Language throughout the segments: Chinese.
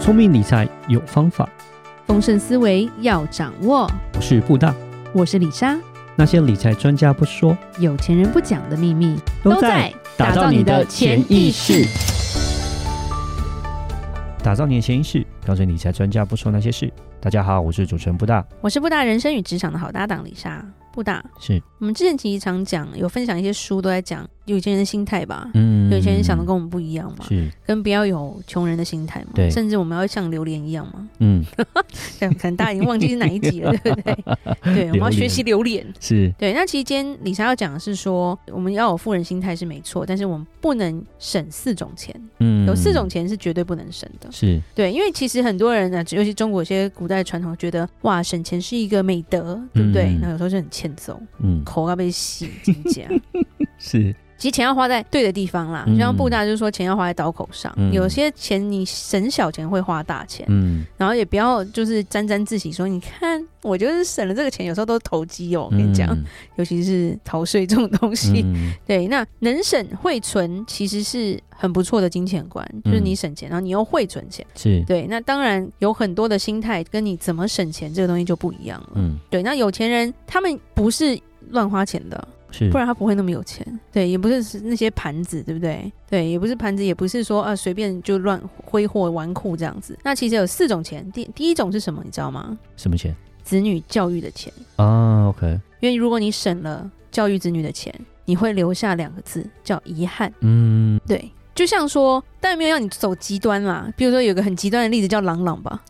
聪明理财有方法，丰盛思维要掌握。我是布大。我是李莎，那些理财专家不说，有钱人不讲的秘密打造你的潜意识。。打造你的潜意识，标准理财专家不说那些事。大家好，我是主持人布大，我是布大人生与职场的好搭档李莎。布大，是我们之前其实常讲，有分享一些书都在讲有钱人的心态吧。嗯有钱人想的跟我们不一样嘛，是跟不要有穷人的心态嘛对，甚至我们要像榴莲一样嘛。嗯对，可能大家已经忘记是哪一 集了，对不对？对，我们要学习榴莲。是对，那期间李莎要讲的是说，我们要有富人心态是没错，但是我们不能省四种钱，嗯有四种钱是绝对不能省的。是对，因为其实很多人呢、尤其中国有些古代传统，觉得哇，省钱是一个美德，对不对嗯？那、有时候就很欠揍，嗯口要被洗金 甲。是其实钱要花在对的地方啦，嗯就像布大就是说钱要花在刀口上，嗯有些钱你省小钱会花大钱，嗯然后也不要就是沾沾自喜说，你看我就是省了这个钱，有时候都是投机哦，我我跟你讲，尤其是逃税这种东西，嗯 对，那能省会存其实是很不错的金钱观，就是嗯你省钱，然后你又会存钱。是对，那当然有很多的心态跟你怎么省钱这个东西就不一样了。嗯对，那有钱人他们不是乱花钱的，是不然他不会那么有钱。对，也不是是那些盘子，对不对？对，也不是盘子，也不是说啊随便就乱挥霍纨绔这样子。那其实有四种钱，第第一种是什么，你知道吗？什么钱子女教育的钱，啊？OK，因为如果你省了教育子女的钱，你会留下两个字叫遗憾。嗯对，就像说，当然没有让你走极端啦。比如说，有个很极端的例子叫朗 朗吧。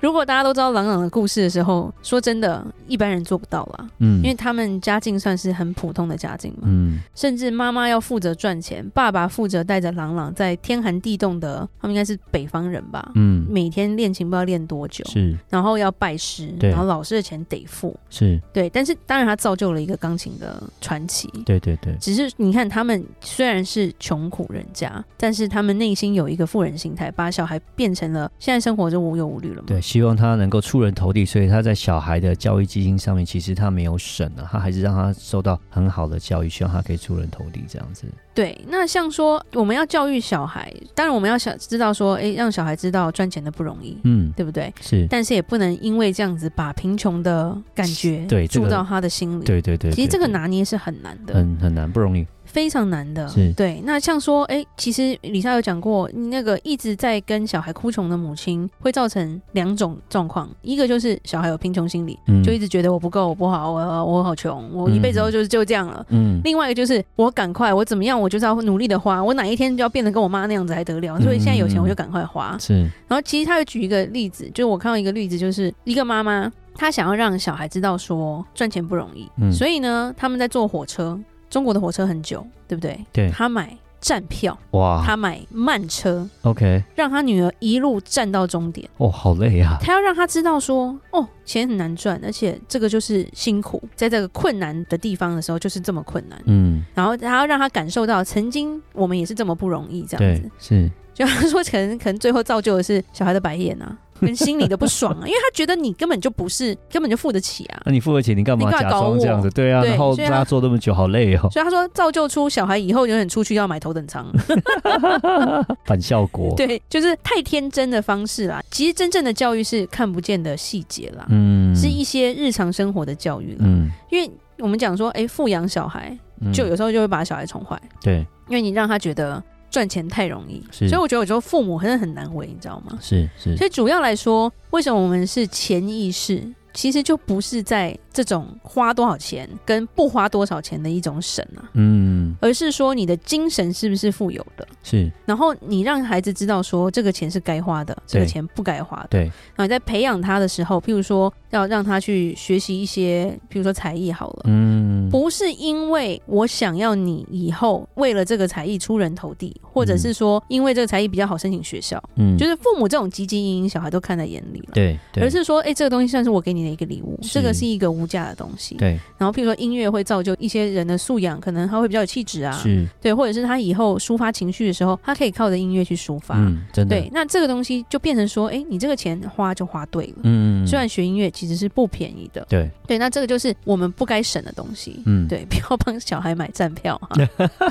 如果大家都知道朗朗的故事的时候，说真的，一般人做不到啦，嗯，因为他们家境算是很普通的家境嘛，嗯甚至妈妈要负责赚钱，爸爸负责带着朗朗在天寒地冻的，他们应该是北方人吧。嗯每天练琴不知道练多久，是然后要拜师，对然后老师的钱得付，是，对。但是当然，他造就了一个钢琴的传奇，对对对，只是你看，他们虽然是穷苦人家，但是他们内心有一个富人心态，把小孩变成了现在生活就无忧无虑了嘛。对，希望他能够出人头地，所以他在小孩的教育基金上面，其实他没有省啊，他还是让他受到很好的教育，希望他可以出人头地这样子。对那像说我们要教育小孩，当然我们要想知道说，诶，让小孩知道赚钱的不容易，嗯，对不对？是，但是也不能因为这样子把贫穷的感觉对这个住到他的心里。对对对，其实对这个对拿捏是很难的，很很难，不容易。非常难的是。对，那像说，诶，其实李莎有讲过，那个一直在跟小孩哭穷的母亲，会造成两种状况，一个就是小孩有贫穷心理，嗯，就一直觉得我不够，我不好，我我好穷，我一辈子都就是就这样了。嗯另外一个就是我赶快，我怎么样，我就是要努力的花，我哪一天就要变得跟我妈那样子还得了？所以现在有钱我就赶快花。是然后其实他有举一个例子，就是我看到一个例子，就是一个妈妈，她想要让小孩知道说赚钱不容易，嗯所以呢，他们在坐火车，中国的火车很久，对不对？对啊她买站票，哇她买慢车， ，OK，让她女儿一路站到终点。哦，好累啊，她要让她知道说，哦，钱很难赚，而且这个就是辛苦，在这个困难的地方的时候就是这么困难。嗯，然后她要让她感受到，曾经我们也是这么不容易，这样对子。，是，就他说，可能可能最后造就的是小孩的白眼啊，跟心里的不爽啊，因为他觉得你根本就不是，根本就付得起啊。那你付了钱，你干嘛你干假嘛搞装这样我子？对啊，对然后所以让他他做那么久，好累 哦，所以他说，造就出小孩以后永远出去要买头等舱，反效果。， 对，就是太天真的方式啦。其实真正的教育是看不见的细节啦，嗯，是一些日常生活的教育啦。嗯，因为我们讲说，哎、富养小孩，嗯就有时候就会把小孩宠坏，对，因为你让他觉得赚钱太容易，是所以我觉得有时候父母真的很难为，你知道吗？是是所以主要来说，为什么我们是潜意识，其实就不是在这种花多少钱跟不花多少钱的一种省啊，嗯，而是说你的精神是不是富有的，是然后你让孩子知道说这个钱是该花的，这个钱不该花的。对，然后你在培养他的时候，譬如说要让他去学习一些，譬如说才艺好了。嗯，不是因为我想要你以后为了这个才艺出人头地，或者是说因为这个才艺比较好申请学校，嗯，就是父母这种积极营营，小孩都看在眼里了。对，对而是说，哎、这个东西算是我给你你的一个礼物，是这个是一个无价的东西。对，然后，譬如说音乐会造就一些人的素养，可能他会比较有气质啊，是，对，或者是他以后抒发情绪的时候，他可以靠着音乐去抒发。嗯，真的，对，那这个东西就变成说，哎，你这个钱花就花对了。嗯，嗯，嗯虽然学音乐其实是不便宜的，对，对，那这个就是我们不该省的东西。嗯，，对， 不要帮小孩买站票 哈、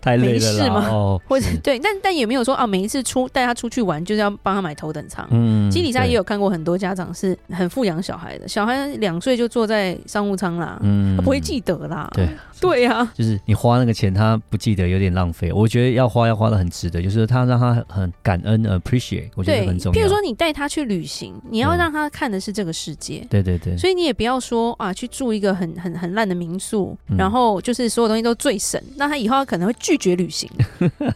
太累没了事啦吗 哦，或者是对，但但也没有说啊，每一次出带他出去玩就是要帮他买头等舱。嗯，基底下对也，有看过很多家长是很富养小孩的，小孩两岁就坐在商务舱啦，嗯他 不会记得啦。对对呀、啊，就是你花那个钱，他不记得有点浪费。我觉得要花要花的很值得，就是他让他很感恩 appreciate，我觉得这个对很。重要。譬如说，你带他去旅行，你要嗯让他看的是这个世界。对对对，所以你也不要说啊，去住一个很很很烂的民宿，嗯然后就是所有东西都最省，那他以后他可能会拒绝 旅行。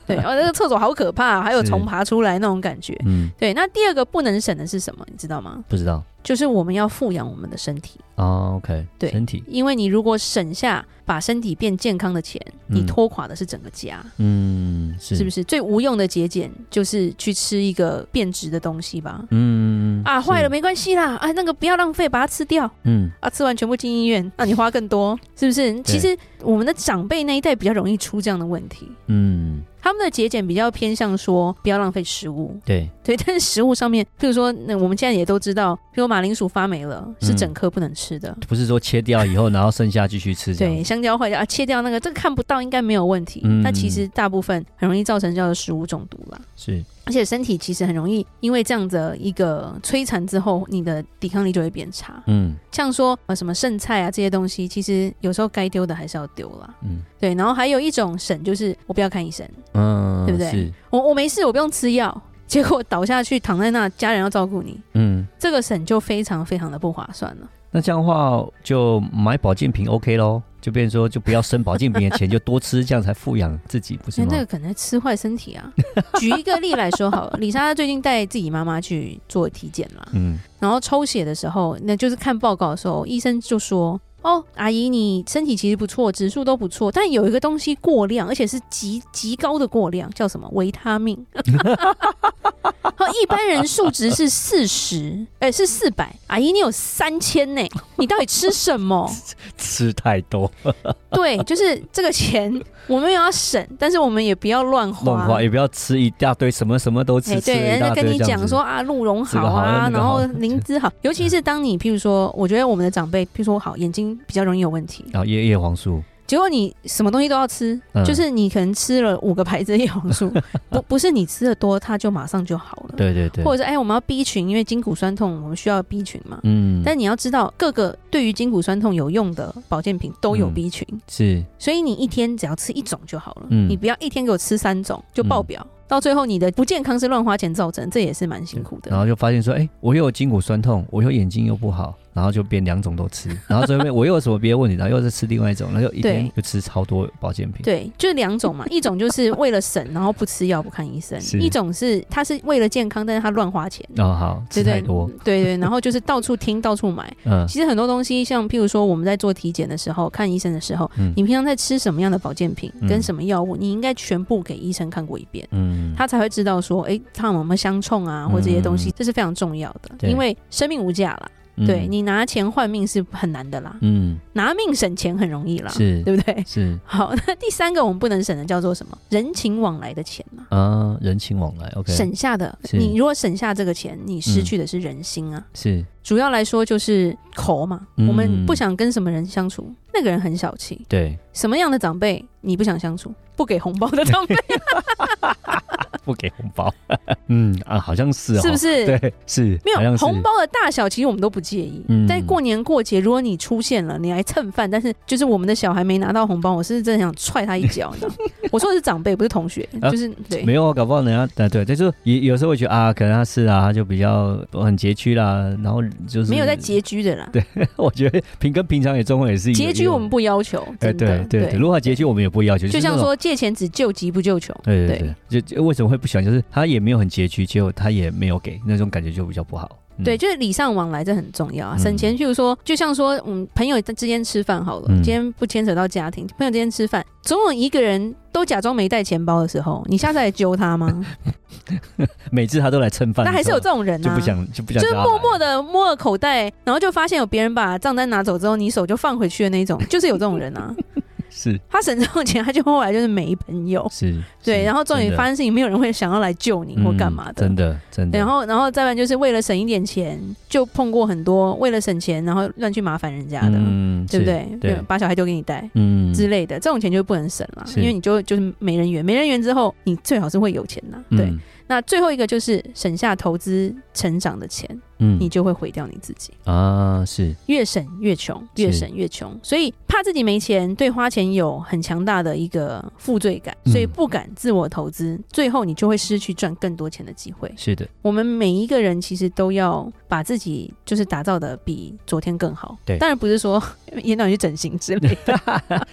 对，哦，那个厕所好可怕、啊还有是虫爬出来那种感觉。嗯，对，那第二个不能省的是什么？你知道吗？不知道就是我们要富养我们的身体，哦 OK，对身体，因为你如果省下把身体变健康的钱，嗯你拖垮的是整个家，嗯，是是不是？最无用的节俭就是去吃一个变质的东西吧。嗯啊，坏了没？没关系啦，啊，那个不要浪费，把它吃掉嗯，啊，吃完全部进医 院，啊那你花更多，是不是？其实我们的长辈那一代比较容易出这样的问题，嗯，他们的节俭比较偏向说不要浪费食物，对，对，但是食物上面，譬如说，那我们现在也都知道，譬如马铃薯发霉了，是嗯整颗不能吃的。不是说切掉以后，然后剩下继续吃这对，样。香蕉坏掉啊，切掉那个，这个看不到应该没有问题。嗯那其实大部分很容易造成叫做食物中毒啦，是，而且身体其实很容易因为这样的一个摧残之后，你的抵抗力就会变差。嗯像说呃什么剩菜啊这些东西，其实有时候该丢的还是要丢啦。嗯对，然后还有一种省就是我不要看医生，嗯，对不对是，我我没事，我不用吃药，结果倒下去躺在那，家人要照顾你，嗯，这个省就非常非常的不划算了。那这样的话就买保健品 OK 咯，就变成说就不要生保健品的钱，就多吃，这样才富养自己，不是那吗哎那？个可能吃坏身体啊。 举一个例来说好了，李莎最近带自己妈妈去做体检啦，嗯然后抽血的时候，那就是看报告的时候，医生就说。哦，阿姨，你身体其实不错，指数都不错，但有一个东西过量，而且是极极高的过量，叫什么？维他命。 好，一般人数值是四十，哎，是四百，阿姨你有三千呢，你到底吃什么？吃太多，对，就是这个钱我们有要省，但是我们也不要乱花。乱花也不要吃一大堆，什么什么都吃，哎，吃了对，一人家大堆跟你这样讲子说，啊，鹿茸这好个好啊那，个然好后 灵芝好，尤其是当你譬如说，我觉得我们的长辈，譬如说好眼睛比较容易有问题，然后哦叶叶黄素，结果你什么东西都要吃，嗯就是你可能吃了五个牌子的叶 黄素，不不是你吃的多，它就马上就好了，对对对，或者者是哎，我们要 B 群，因为筋骨酸痛，我们需要 B 群嘛。嗯，但你要知道，各个对于筋骨酸痛有用的保健品都有嗯 B 群，是所以你一天只要吃一种就好了，嗯你不要一天给我吃三种就爆表，到最后你的不健康是乱花钱造成，这也是蛮辛苦的然。后就发现说，哎、我又有筋骨酸痛，我又眼睛又不好，然后就变两种都 吃，然后最后面我又有什么别的问题，然后又再吃另外一种，然后又一对天就吃超多保健品。对，就两种嘛，一种就是为了省，然后不吃药不看医生 是；一种是他是为了健康，但是他乱花钱，哦，好，吃对不太对多，？对对，然后就是到处听到处 买。嗯其实很多东西，像譬如说我们在做体检的时候、看医生的时候，嗯你平常在吃什么样的保健品跟嗯什么药物，你应该全部给医生看过一遍。嗯，他才会知道说，哎、他有没有相冲啊，或这些东西，这是非常重要的，对因为生命无价啦。嗯对，你拿钱换命是很难的啦，嗯拿命省钱很容易啦，是对不对？ 是好，那第三个我们不能省的叫做什么？人情往来的钱嘛，啊，人情往来，OK，省下的。是你如果省下这个钱，你失去的是人心啊。是主要来说就是口嘛，嗯我们不想跟什么人相处，那个人很小气，对， 什么样的长辈你不想相处？不给红包的长辈不给红 包，嗯啊，好像 是、哦，是不？是？对，是，没好有像是红包的大小，其实我们都不介意。嗯但过年过节，如果你出现了，你来蹭饭，但是就是我们的小孩没拿到红包，我是真的想踹他一脚， 你知道吗？我说的是长辈，不是同学，啊就是对。没有啊，搞不好人家，呃，对，但是有有时候会觉得啊，可能他是啊，他就比较很拮据啦，然后就是没有在拮据的啦， 我觉得平跟平常也中文也是一个拮据我们，不要求，哎，真的对对对，如果他拮据，我们也不要求，就是那像种。嗯说借钱只救急不救穷，对对对对，就就为什么会不喜欢？就是他也没有很拮据，结果他也没有给，那种感觉就比较不好。嗯对，就是礼尚往来，这很重要啊。嗯省钱，譬如说，就像说，嗯，朋友之间吃饭好了，嗯今天不牵扯到家庭，朋友之间吃饭，总有一个人都假装没带钱包的时候，你下次来揪 他吗？每次他都来蹭饭的时那候，还是有这种人就啊，不想就不想就是叫他来，默默的摸了口袋，然后就发现有别人把账单拿走之后，你手就放回去的 那种，就是有这种人啊。是他省这种钱，他就后来就是没朋友，是，哦对，是然后重点真的发生事情，没有人会想要来救你或干嘛嗯的。真的真的。然后，然后再不然就是为了省一点钱，就碰过很多为了省钱，然后乱去麻烦人家的，嗯，对不是？对？对比如把小孩丢给你带嗯，之类的，这种钱就不能省了，是因为你就就是没人缘，没人缘之后，你最好是会有钱呐。嗯对，，那最后一个就是省下投资成长的钱，嗯，你就会毁掉你自己。啊是越省越穷，越是省越穷，所以怕自己没钱，对花钱有很强大的一个负罪感，嗯所以不敢自我投资，最后你就会失去赚更多钱的机会。是的，我们每一个人其实都要把自己就是打造的比昨天更好。对当然不是说 一天到晚去整形之类的，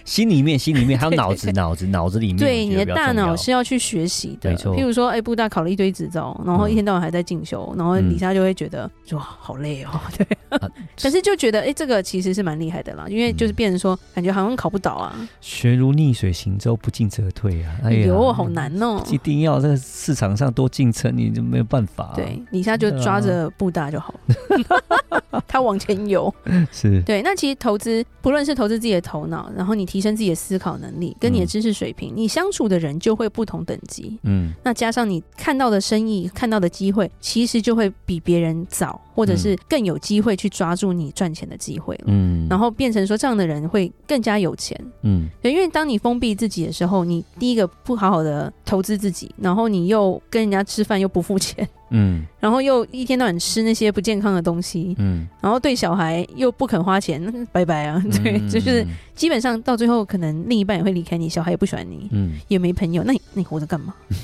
心里面心里面还有对对脑子脑子脑子里面，对我你觉得的比较大重脑要是要去学习的。没错譬如说，哎，布大考了一堆执照，然后嗯一天到晚还在进修，然后嗯李莎就会觉得说好累哦， 对啊。嗯可是就觉得哎，这个其实是蛮厉害的啦，因为就是变成说，感觉好像考不倒啊，学如逆水行舟，不进则退啊！哎呀，有好难哦。一定要在市场上多竞争，你就没有办法、啊。对，，李莎就抓着布大就好了， 他往前游。是，对，那其实投资，不论是投资自己的头脑，然后你提升自己的思考能力，跟你的嗯知识水平，你相处的人就会不同等级。嗯，那加上你看到的生意、看到的机会，其实就会比别人早，或者是更有机会去抓住你赚钱的机会了。嗯，然后，后变成说，这样的人会更加有钱。嗯，对，因为当你封闭自己的时候，你第一个不好好的投资自己，然后你又跟人家吃饭又不付钱， 嗯，然后又一天到晚吃那些不健康的东西，嗯，然后对小孩又不肯花钱，那拜拜啊！ 对，嗯就是，基本上到最后，可能另一半也会离开你，小孩也不喜欢你，嗯，也没朋友，那你那你活着干嘛？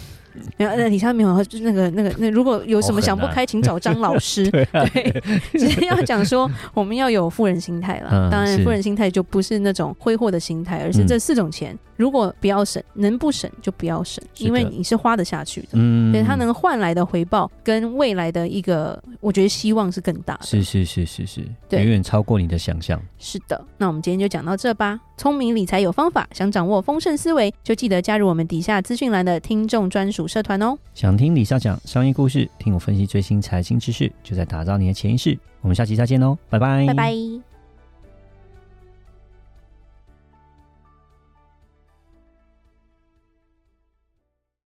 然后那李莎没有，就是那个那个那如果有什么想不开，请找张老师。对啊， 只是要讲说，我们要有富人心态啦。嗯当然，是嗯富人心态就不是那种挥霍的心态，而是这四种钱，如果不要省，能不省就不要省，是的因为你是花得下去的。嗯，所以它能换来的回报跟未来的一个，我觉得希望是更大的。嗯是是是是是，对远远超过你的想象。是的，那我们今天就讲到这吧。聪明理财有方法，想掌握丰盛思维，就记得加入我们底下资讯栏的听众专属社团哦。想听李莎讲商业故事，听我分析最新财经知识，就在打造你的潜意识。我们下期再见喽，拜拜，拜拜。